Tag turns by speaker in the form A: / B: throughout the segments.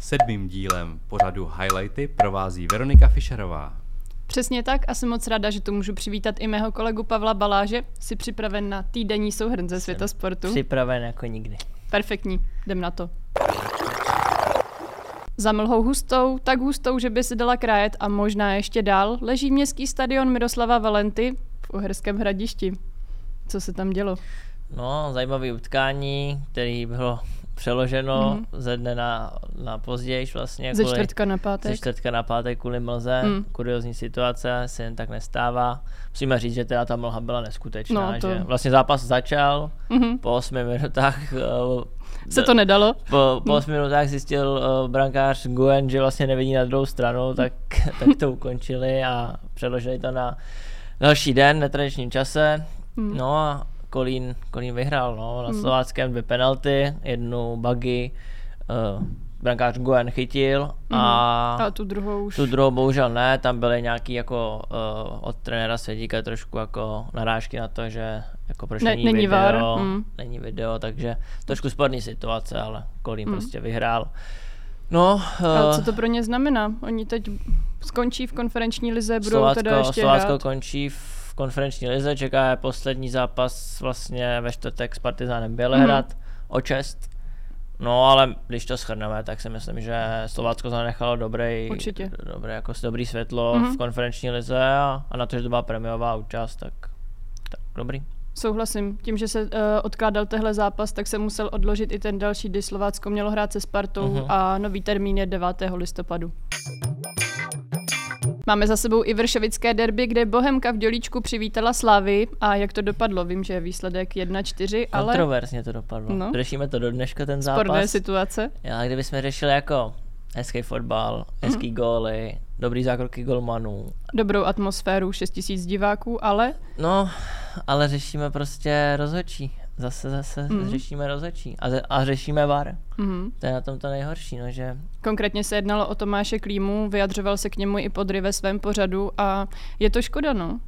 A: Sedmým dílem pořadu Highlighty provází Veronika Fischerová.
B: Přesně tak a jsem moc ráda, že tu můžu přivítat i mého kolegu Pavla Baláže. Jsi připraven na týdenní souhrn ze světa sportu?
C: Připraven jako nikdy.
B: Perfektní, jdem na to. Za mlhou hustou, tak hustou, že by se dala krajet a možná ještě dál, leží městský stadion Miroslava Valenty v Uherském hradišti. Co se tam dělo?
C: No, zajímavé utkání, které bylo přeloženo mm-hmm. ze dne na, na později vlastně.
B: Mhm. Ze čtvrtka na pátek. Mhm.
C: Ze čtvrtka na pátek kvůli mlze, mm. kuriozní situace, se jen tak nestává. Musíme říct, že teda ta mlha byla neskutečná,
B: No,
C: no,
B: to-
C: to... že vlastně zápas začal,
B: Mhm.
C: mm-hmm. po osmi minutách eh,
B: Se to nedalo?
C: po, po osmi minutách zjistil uh, brankář Guen, že vlastně nevidí na druhou stranu, tak, tak to ukončili a přeložili to na další den v netradičním čase. No a Kolín, Kolín vyhrál no, na Slováckém dvě penalty, jednu buggy, uh, brankář Guen chytil a,
B: A tu druhou už.
C: tu druhou bohužel ne, tam byly nějaký jako uh, od trenéra Svědíka trošku jako narážky na to, že jako proč
B: Ne-
C: není,
B: není
C: video,
B: VAR, mm.
C: není video, takže trošku sporný situace, ale Kolín prostě vyhrál. No,
B: Mm. Ale
C: eh,
B: co to pro ně znamená? Oni teď skončí v konferenční lize, budou
C: Slovácko,
B: teda ještě
C: Slovácko
B: hrát.
C: končí v konferenční lize, čeká je poslední zápas vlastně ve čtvrtek s Partizánem Bělehrad
B: Mhm.
C: o čest. No ale když to shrneme, tak si myslím, že Slovácko zanechalo dobrý,
B: Určitě. Mhm.
C: dobré, jako s- dobrý světlo v konferenční lize a, a na to, že to byla premiová účast, tak, tak dobrý.
B: Souhlasím. Tím, že se uh, odkládal tehle zápas, tak se musel odložit i ten další, kdy Slovácko mělo hrát se Spartou
C: Mhm.
B: uh-huh. a nový termín je 9. listopadu. Máme za sebou i vršovické derby, kde Bohemka v dělíčku přivítala Slávy a jak to dopadlo, vím, že je výsledek 1-4, ale
C: Kontroverzně to dopadlo.
B: No.
C: No. Řešíme to do dneška ten
B: sporné
C: zápas.
B: situace.
C: Já, kdybychom řešili jako hezký fotbal,
B: Mhm.
C: hezký góly, dobrý zákroky golmanů,
B: Dobrou atmosféru, 6 000 diváků, ale
C: No, ale řešíme prostě rozhodčí. Zase, zase mm. řešíme rozhodčí. A, ze- a řešíme VAR.
B: Mhm.
C: To je na tom to nejhorší, no, že
B: Konkrétně se jednalo o Tomáše Klímu, vyjadřoval se k němu i podry ve svém pořadu a je to škoda, no.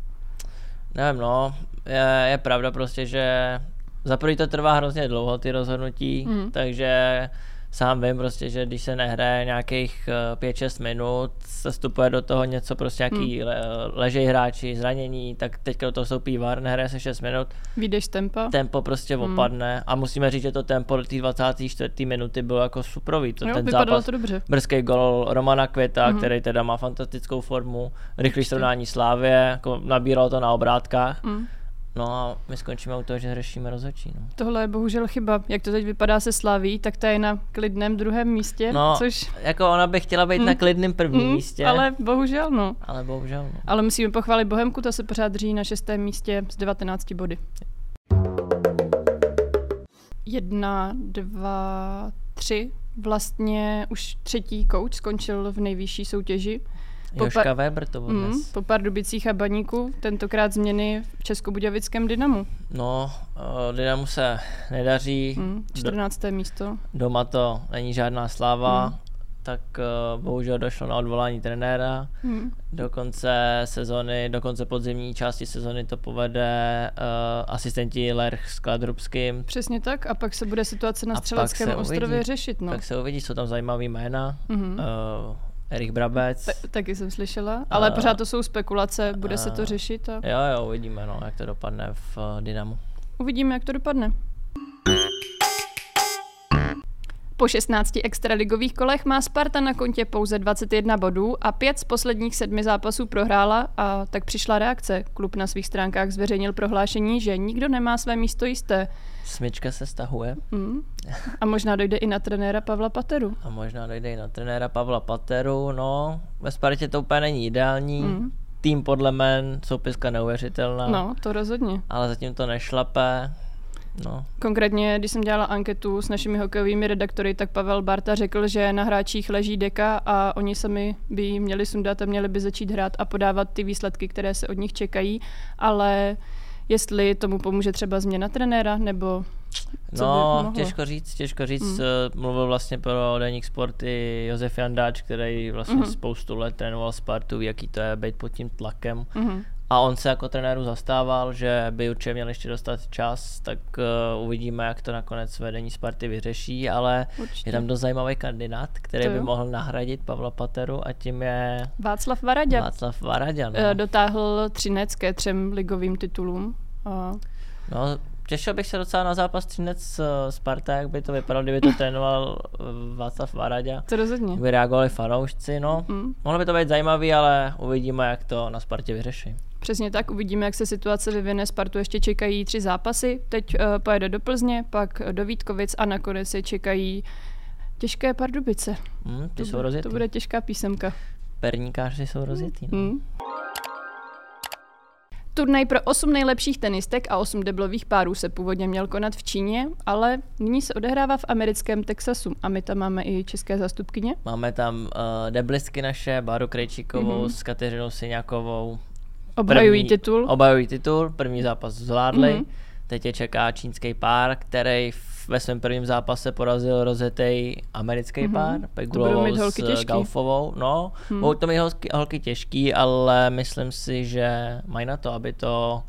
C: nevím, no, je, je pravda prostě, že za prvý to trvá hrozně dlouho, ty rozhodnutí, mm. takže sám vím prostě, že když se nehraje nějakých eh, 5-6 minut, se vstupuje do toho něco prostě nějaký mm. le, ležej hráči, zranění, tak teďka do toho vstoupí VAR, nehraje se 6 minut,
B: Vídeš tempa?
C: tempo prostě
B: Hmm.
C: opadne a musíme říct, že to tempo do té 24. minuty bylo jako suprový. To,
B: Jo,
C: ten
B: vypadalo
C: zápas,
B: to Mhm. dobře.
C: Brzký gol Romana Květa, mm-hmm. který teda má fantastickou formu, rychlý srovnání Slávě, jako nabíralo to na obrátkách. Mm. No a my skončíme u toho, že řešíme rozhodčí. No.
B: Tohle je bohužel chyba. Jak to teď vypadá se Slaví, tak ta je na klidném druhém místě,
C: No,
B: což... Hm.
C: jako ona by chtěla být mm. na klidném prvním mm, místě,
B: Ale bohužel, no.
C: ale bohužel. No.
B: Ale musíme pochválit Bohemku, ta se pořád drží na šestém místě s 19 body. Jedna, dva, tři. Vlastně už třetí kouč skončil v nejvyšší soutěži. Popa-
C: Joška Weber to byl
B: Mm,
C: dnes.
B: po Pardubicích a Baníku, tentokrát změny v Českobudějovickém Dynamu.
C: No, eh, Dynamu se nedaří,
B: Mm, 14. místo.
C: doma to není žádná sláva,
B: Hm.
C: mm. tak eh, bohužel došlo na odvolání trenéra.
B: Mm.
C: Do konce sezony, do konce podzimní části sezony to povede uh, asistenti Lerch s Kladrubským.
B: Přesně tak. A pak se bude situace na
C: A pak
B: Střeleckém
C: se
B: ostrově
C: uvidí.
B: řešit. No.
C: Tak se uvidí, jsou tam zajímavý jména.
B: Mhm.
C: Mm-hmm. Uh, Erich Brabec.
B: Ta- taky jsem slyšela, ale
C: A-
B: pořád to jsou spekulace, bude se to řešit a
C: Jo, jo, uvidíme, no, jak to dopadne v eh, Dynamu.
B: uvidíme, jak to dopadne. Po 16 extraligových kolech má Sparta na kontě pouze 21 bodů a pět z posledních sedmi zápasů prohrála a tak přišla reakce. Klub na svých stránkách zveřejnil prohlášení, že nikdo nemá své místo jisté.
C: Smyčka se stahuje
B: Hmm. A možná dojde i na trenéra Pavla Pateru.
C: a možná dojde i na trenéra Pavla Pateru. No, ve Spartě to úplně není ideální. Mm. Tým podle men, soupiska neuvěřitelná.
B: Mhm. No, to rozhodně.
C: ale zatím to nešlape. No,
B: Konkrétně, když jsem dělala anketu s našimi hokejovými redaktory, tak Pavel Barta řekl, že na hráčích leží deka a oni sami by ji měli sundat a měli by začít hrát a podávat ty výsledky, které se od nich čekají, ale jestli tomu pomůže třeba změna trenéra, nebo Co Hmm. by mohlo?
C: no těžko říct, těžko říct. Mm. Mluvil vlastně pro Deník Sport i Josef
B: Mhm. Mhm,
C: Jandáč, který vlastně mm. spoustu let trénoval Spartu, ví, jaký to je být pod tím tlakem. Mm. A on se jako trenéru zastával, že by určitě měl ještě dostat čas, tak uh, uvidíme, jak to nakonec vedení Sparty vyřeší, ale
B: Určitě.
C: je tam dost zajímavý kandidát, který
B: To
C: by
B: jo.
C: mohl nahradit Pavla Pateru a tím je
B: Václav Varadě
C: Václav Varaďan.
B: eh,
C: No.
B: dotáhl Třinec ke třem ligovým titulům. A
C: no, těšil bych se docela na zápas Třinec s Sparta, jak by to vypadalo, kdyby to trénoval eh, Václav Varaďa.
B: to rozhodně. Mhm.
C: Jak by reagovali fanoušci, no. Mm. Mohlo by to být zajímavý, ale uvidíme, jak to na Spartě vyřeší.
B: Přesně tak, uvidíme, jak se situace vyvine. Spartu ještě čekají tři zápasy. Teď eh, pojede do Plzně, pak eh, do Vítkovic a nakonec je čekají těžké Pardubice.
C: Hm, ty
B: To
C: jsou
B: bude-
C: rozjetý.
B: To bude těžká písemka.
C: Perníkáři jsou rozjetý. No.
B: Hmm. Turnaj pro 8 nejlepších tenistek a 8 deblových párů se původně měl konat v Číně, ale nyní se odehrává v americkém Texasu a my tam máme i české zastupkyně.
C: Máme tam uh, deblisky naše, Baru Krejčíkovou mm-hmm. s Kateřinou Siňákovou.
B: Obhajují
C: První-
B: Mhm. titul.
C: Obhajují titul, první zápas zvládli.
B: Mhm.
C: Mm-hmm. Teď je čeká čínský pár, který v- ve svém prvním zápase porazil rozetej americký mm-hmm. pár,
B: Mhm. budou
C: Pegdulovou
B: mít holky
C: s
B: těžký. Mhm.
C: Gaufovou. No, mm. budou to mít holky, holky těžký, ale myslím si, že mají na to, aby to,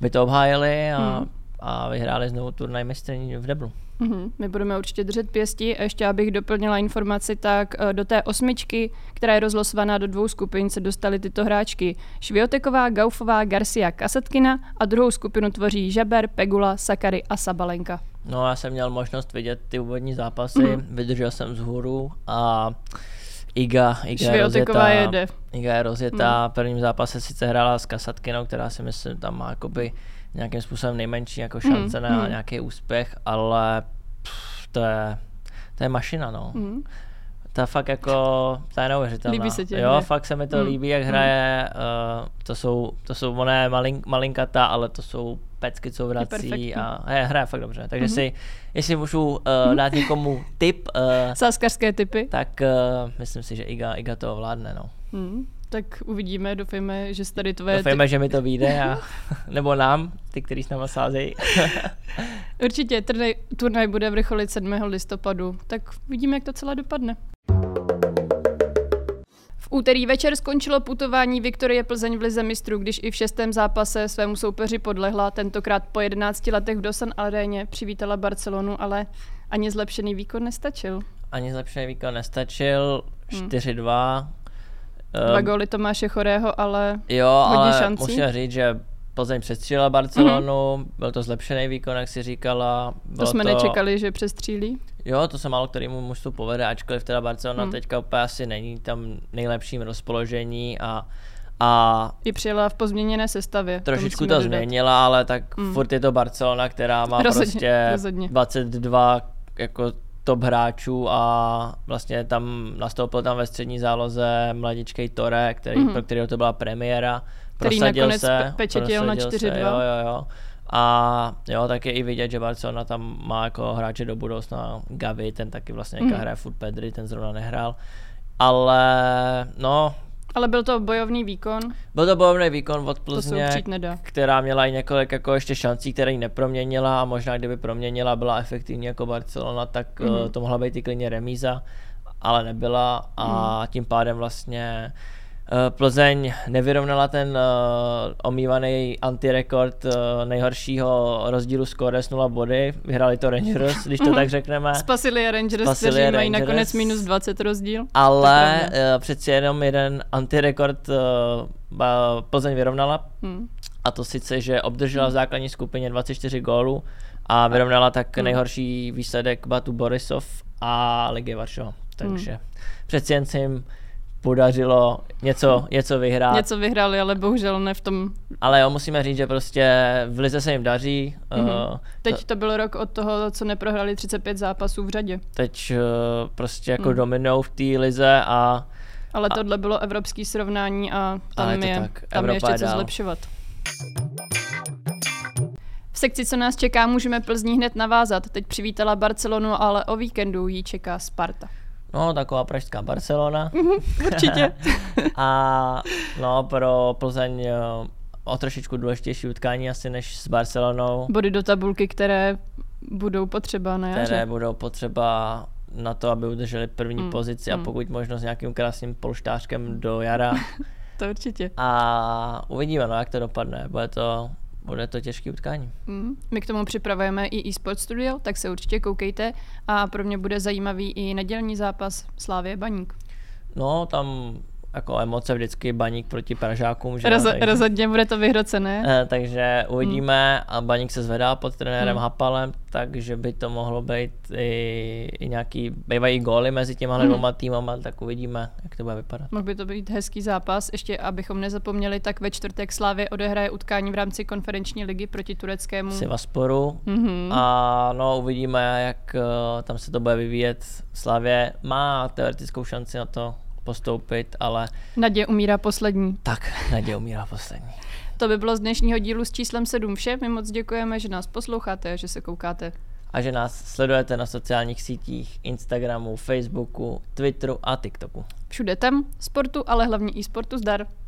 C: aby to obhájili a, mm. a vyhráli znovu turnaj mistrní v deblu.
B: Mhm, My budeme určitě držet pěsti a ještě abych doplnila informaci, tak eh, do té osmičky, která je rozlosovaná do dvou skupin, se dostaly tyto hráčky. Švioteková, Gaufová, Garcia, Kasatkina a druhou skupinu tvoří Žaber, Pegula, Sakary a Sabalenka.
C: No, já jsem měl možnost vidět ty úvodní zápasy,
B: Mhm.
C: mm. vydržel jsem vzhůru a Iga, Iga je
B: Švioteková
C: rozjetá,
B: jede. Mhm.
C: Iga je rozjetá, v prvním zápase sice hrála s Kasatkinou, která si myslím tam má jakoby nějakým způsobem nejmenší jako
B: Mhm.
C: šance na nějaký úspěch, ale pff, to je, to je mašina, no. Mm. Ta fakt jako, ta je neuvěřitelná.
B: Mhm. Líbí se ti, Mhm.
C: Jo,
B: ne?
C: fakt se mi to líbí, jak hraje, uh, to jsou, to jsou, ona je malink, malinkatá, ale to jsou pecky, co vrací
B: perfektní.
C: a hraje, hraje fakt dobře.
B: Mhm.
C: Takže si, jestli můžu uh, dát někomu tip, uh,
B: Sáskařské typy.
C: tak uh, myslím si, že Iga, Iga to ovládne, no.
B: Mhm, Tak uvidíme, doufejme, že se tady tvoje...
C: Doufejme, že mi to vyjde, a, nebo nám, ty, kteří s náma sázejí.
B: Určitě, turnaj, turnaj bude vrcholit 7. listopadu, tak vidíme, jak to celé dopadne. V úterý večer skončilo putování Viktorie Plzeň v Lize mistrů, když i v šestém zápase svému soupeři podlehla, tentokrát po 11 letech v Dosan Aréně přivítala Barcelonu, ale ani zlepšený výkon nestačil.
C: Ani zlepšený výkon nestačil, 4-2.
B: Hm. Dva
C: eh,
B: góly Tomáše Chorého, ale
C: Jo,
B: hodně
C: ale
B: šancí. Mhm.
C: musím říct, že Plzeň přestřílela Barcelonu, mm-hmm. byl to zlepšený výkon, jak si říkala.
B: to
C: bylo
B: jsme nečekali, že přestřílí.
C: Jo, to se málo kterému mužstvu povede, ačkoliv teda Barcelona hmm. teďka úplně asi není tam nejlepším rozpoložení a, a
B: I přijela v pozměněné sestavě.
C: trošičku
B: musíme
C: to
B: dodat.
C: změnila, ale tak mm. furt je to Barcelona, která má
B: Rozhodně,
C: prostě
B: rozhodně.
C: 22 jako top hráčů a vlastně tam nastoupil tam ve střední záloze mladičkej Tore, který, mm. pro kterého to byla premiéra.
B: Mhm. Který
C: prosadil
B: nakonec
C: se,
B: pe- pečetěl na
C: prosadil se,
B: 4:2.
C: Jo, jo, jo. A jo, tak je i vidět, že Barcelona tam má jako hráče do budoucna. Gavi, ten taky vlastně mm. hraje furt Pedri, ten zrovna nehrál. Ale no,
B: Ale byl to bojovný výkon,
C: byl to bojovný výkon od
B: to se
C: Plzně,
B: upřít nedá.
C: která měla i několik jako ještě šancí, které ji neproměnila a možná kdyby proměnila, byla efektivní jako Barcelona, tak
B: Mhm.
C: mm-hmm. to mohla být i klidně remíza, ale nebyla a
B: Mhm.
C: mm. tím pádem vlastně eh, Plzeň nevyrovnala ten uh, omývaný antirekord uh, nejhoršího rozdílu skóre s 0 body. Vyhrali to Rangers, když
B: Mhm.
C: to tak řekneme.
B: Spasili je Rangers,
C: Spasili
B: kteří
C: je
B: mají
C: Rangers.
B: nakonec minus 20 rozdíl.
C: Ale
B: pravda.
C: eh, přeci jenom jeden antirekord uh, Plzeň vyrovnala,
B: Hm.
C: a to sice, že
B: Hmm.
C: obdržela v základní skupině 24 gólů a vyrovnala
B: Hmm.
C: tak nejhorší výsledek Batu Borisov a Ligy Varšova. Takže
B: Hmm.
C: přeci jen se jim podařilo něco, něco vyhrát.
B: Něco vyhráli, ale bohužel ne v tom.
C: Ale jo, musíme říct, že prostě v Lize se jim daří. Mm-hmm.
B: Mhm. Teď to byl rok od toho, co neprohráli 35 zápasů v řadě.
C: Teď eh, prostě jako
B: Hmm.
C: mm. dominou v té Lize a
B: Ale tohle bylo evropský srovnání a tam
C: Ale je
B: je,
C: to
B: je,
C: tak,
B: tam
C: Evropa
B: je ještě
C: je
B: co
C: dál.
B: zlepšovat. V sekci, co nás čeká, můžeme Plzní hned navázat. Teď přivítala Barcelonu, ale o víkendu ji čeká Sparta.
C: no, taková pražská Barcelona.
B: Mhm. Určitě.
C: A no, pro Plzeň eh, o trošičku důležitější utkání asi než s Barcelonou.
B: Body do tabulky, které budou potřeba na jaře.
C: které budou potřeba na to, aby udrželi první pozici a pokud možno s nějakým krásným polštářkem do jara.
B: to určitě.
C: A uvidíme, no, jak to dopadne. Bude to, bude to těžký utkání.
B: Mm. My k tomu připravujeme i eSport Studio, tak se určitě koukejte. A pro mě bude zajímavý i nedělní zápas Slávě Baník.
C: No, tam jako emoce vždycky baník proti Pražákům. Že? jo,
B: Roz,
C: takže-
B: rozhodně bude to vyhrocené.
C: Eh, takže uvidíme a Baník se zvedá pod trenérem Hapalem, takže by to mohlo být i, i nějaký, bývají góly mezi těma dvěma týmama, tak uvidíme, jak to bude vypadat.
B: Mohl by to být hezký zápas. Ještě, abychom nezapomněli, tak ve čtvrtek Slávě odehraje utkání v rámci konferenční ligy proti tureckému.
C: Sivasporu.
B: Mhm.
C: A no, uvidíme, jak eh, tam se to bude vyvíjet. Slavě má teoretickou šanci na to postoupit, ale
B: Naděje umírá poslední.
C: tak, naděje umírá poslední.
B: To by bylo z dnešního dílu s číslem 7 vše. My moc děkujeme, že nás posloucháte, že se koukáte.
C: A že nás sledujete na sociálních sítích, Instagramu, Facebooku, Twitteru a TikToku.
B: Všude tam, sportu, ale hlavně i sportu zdar.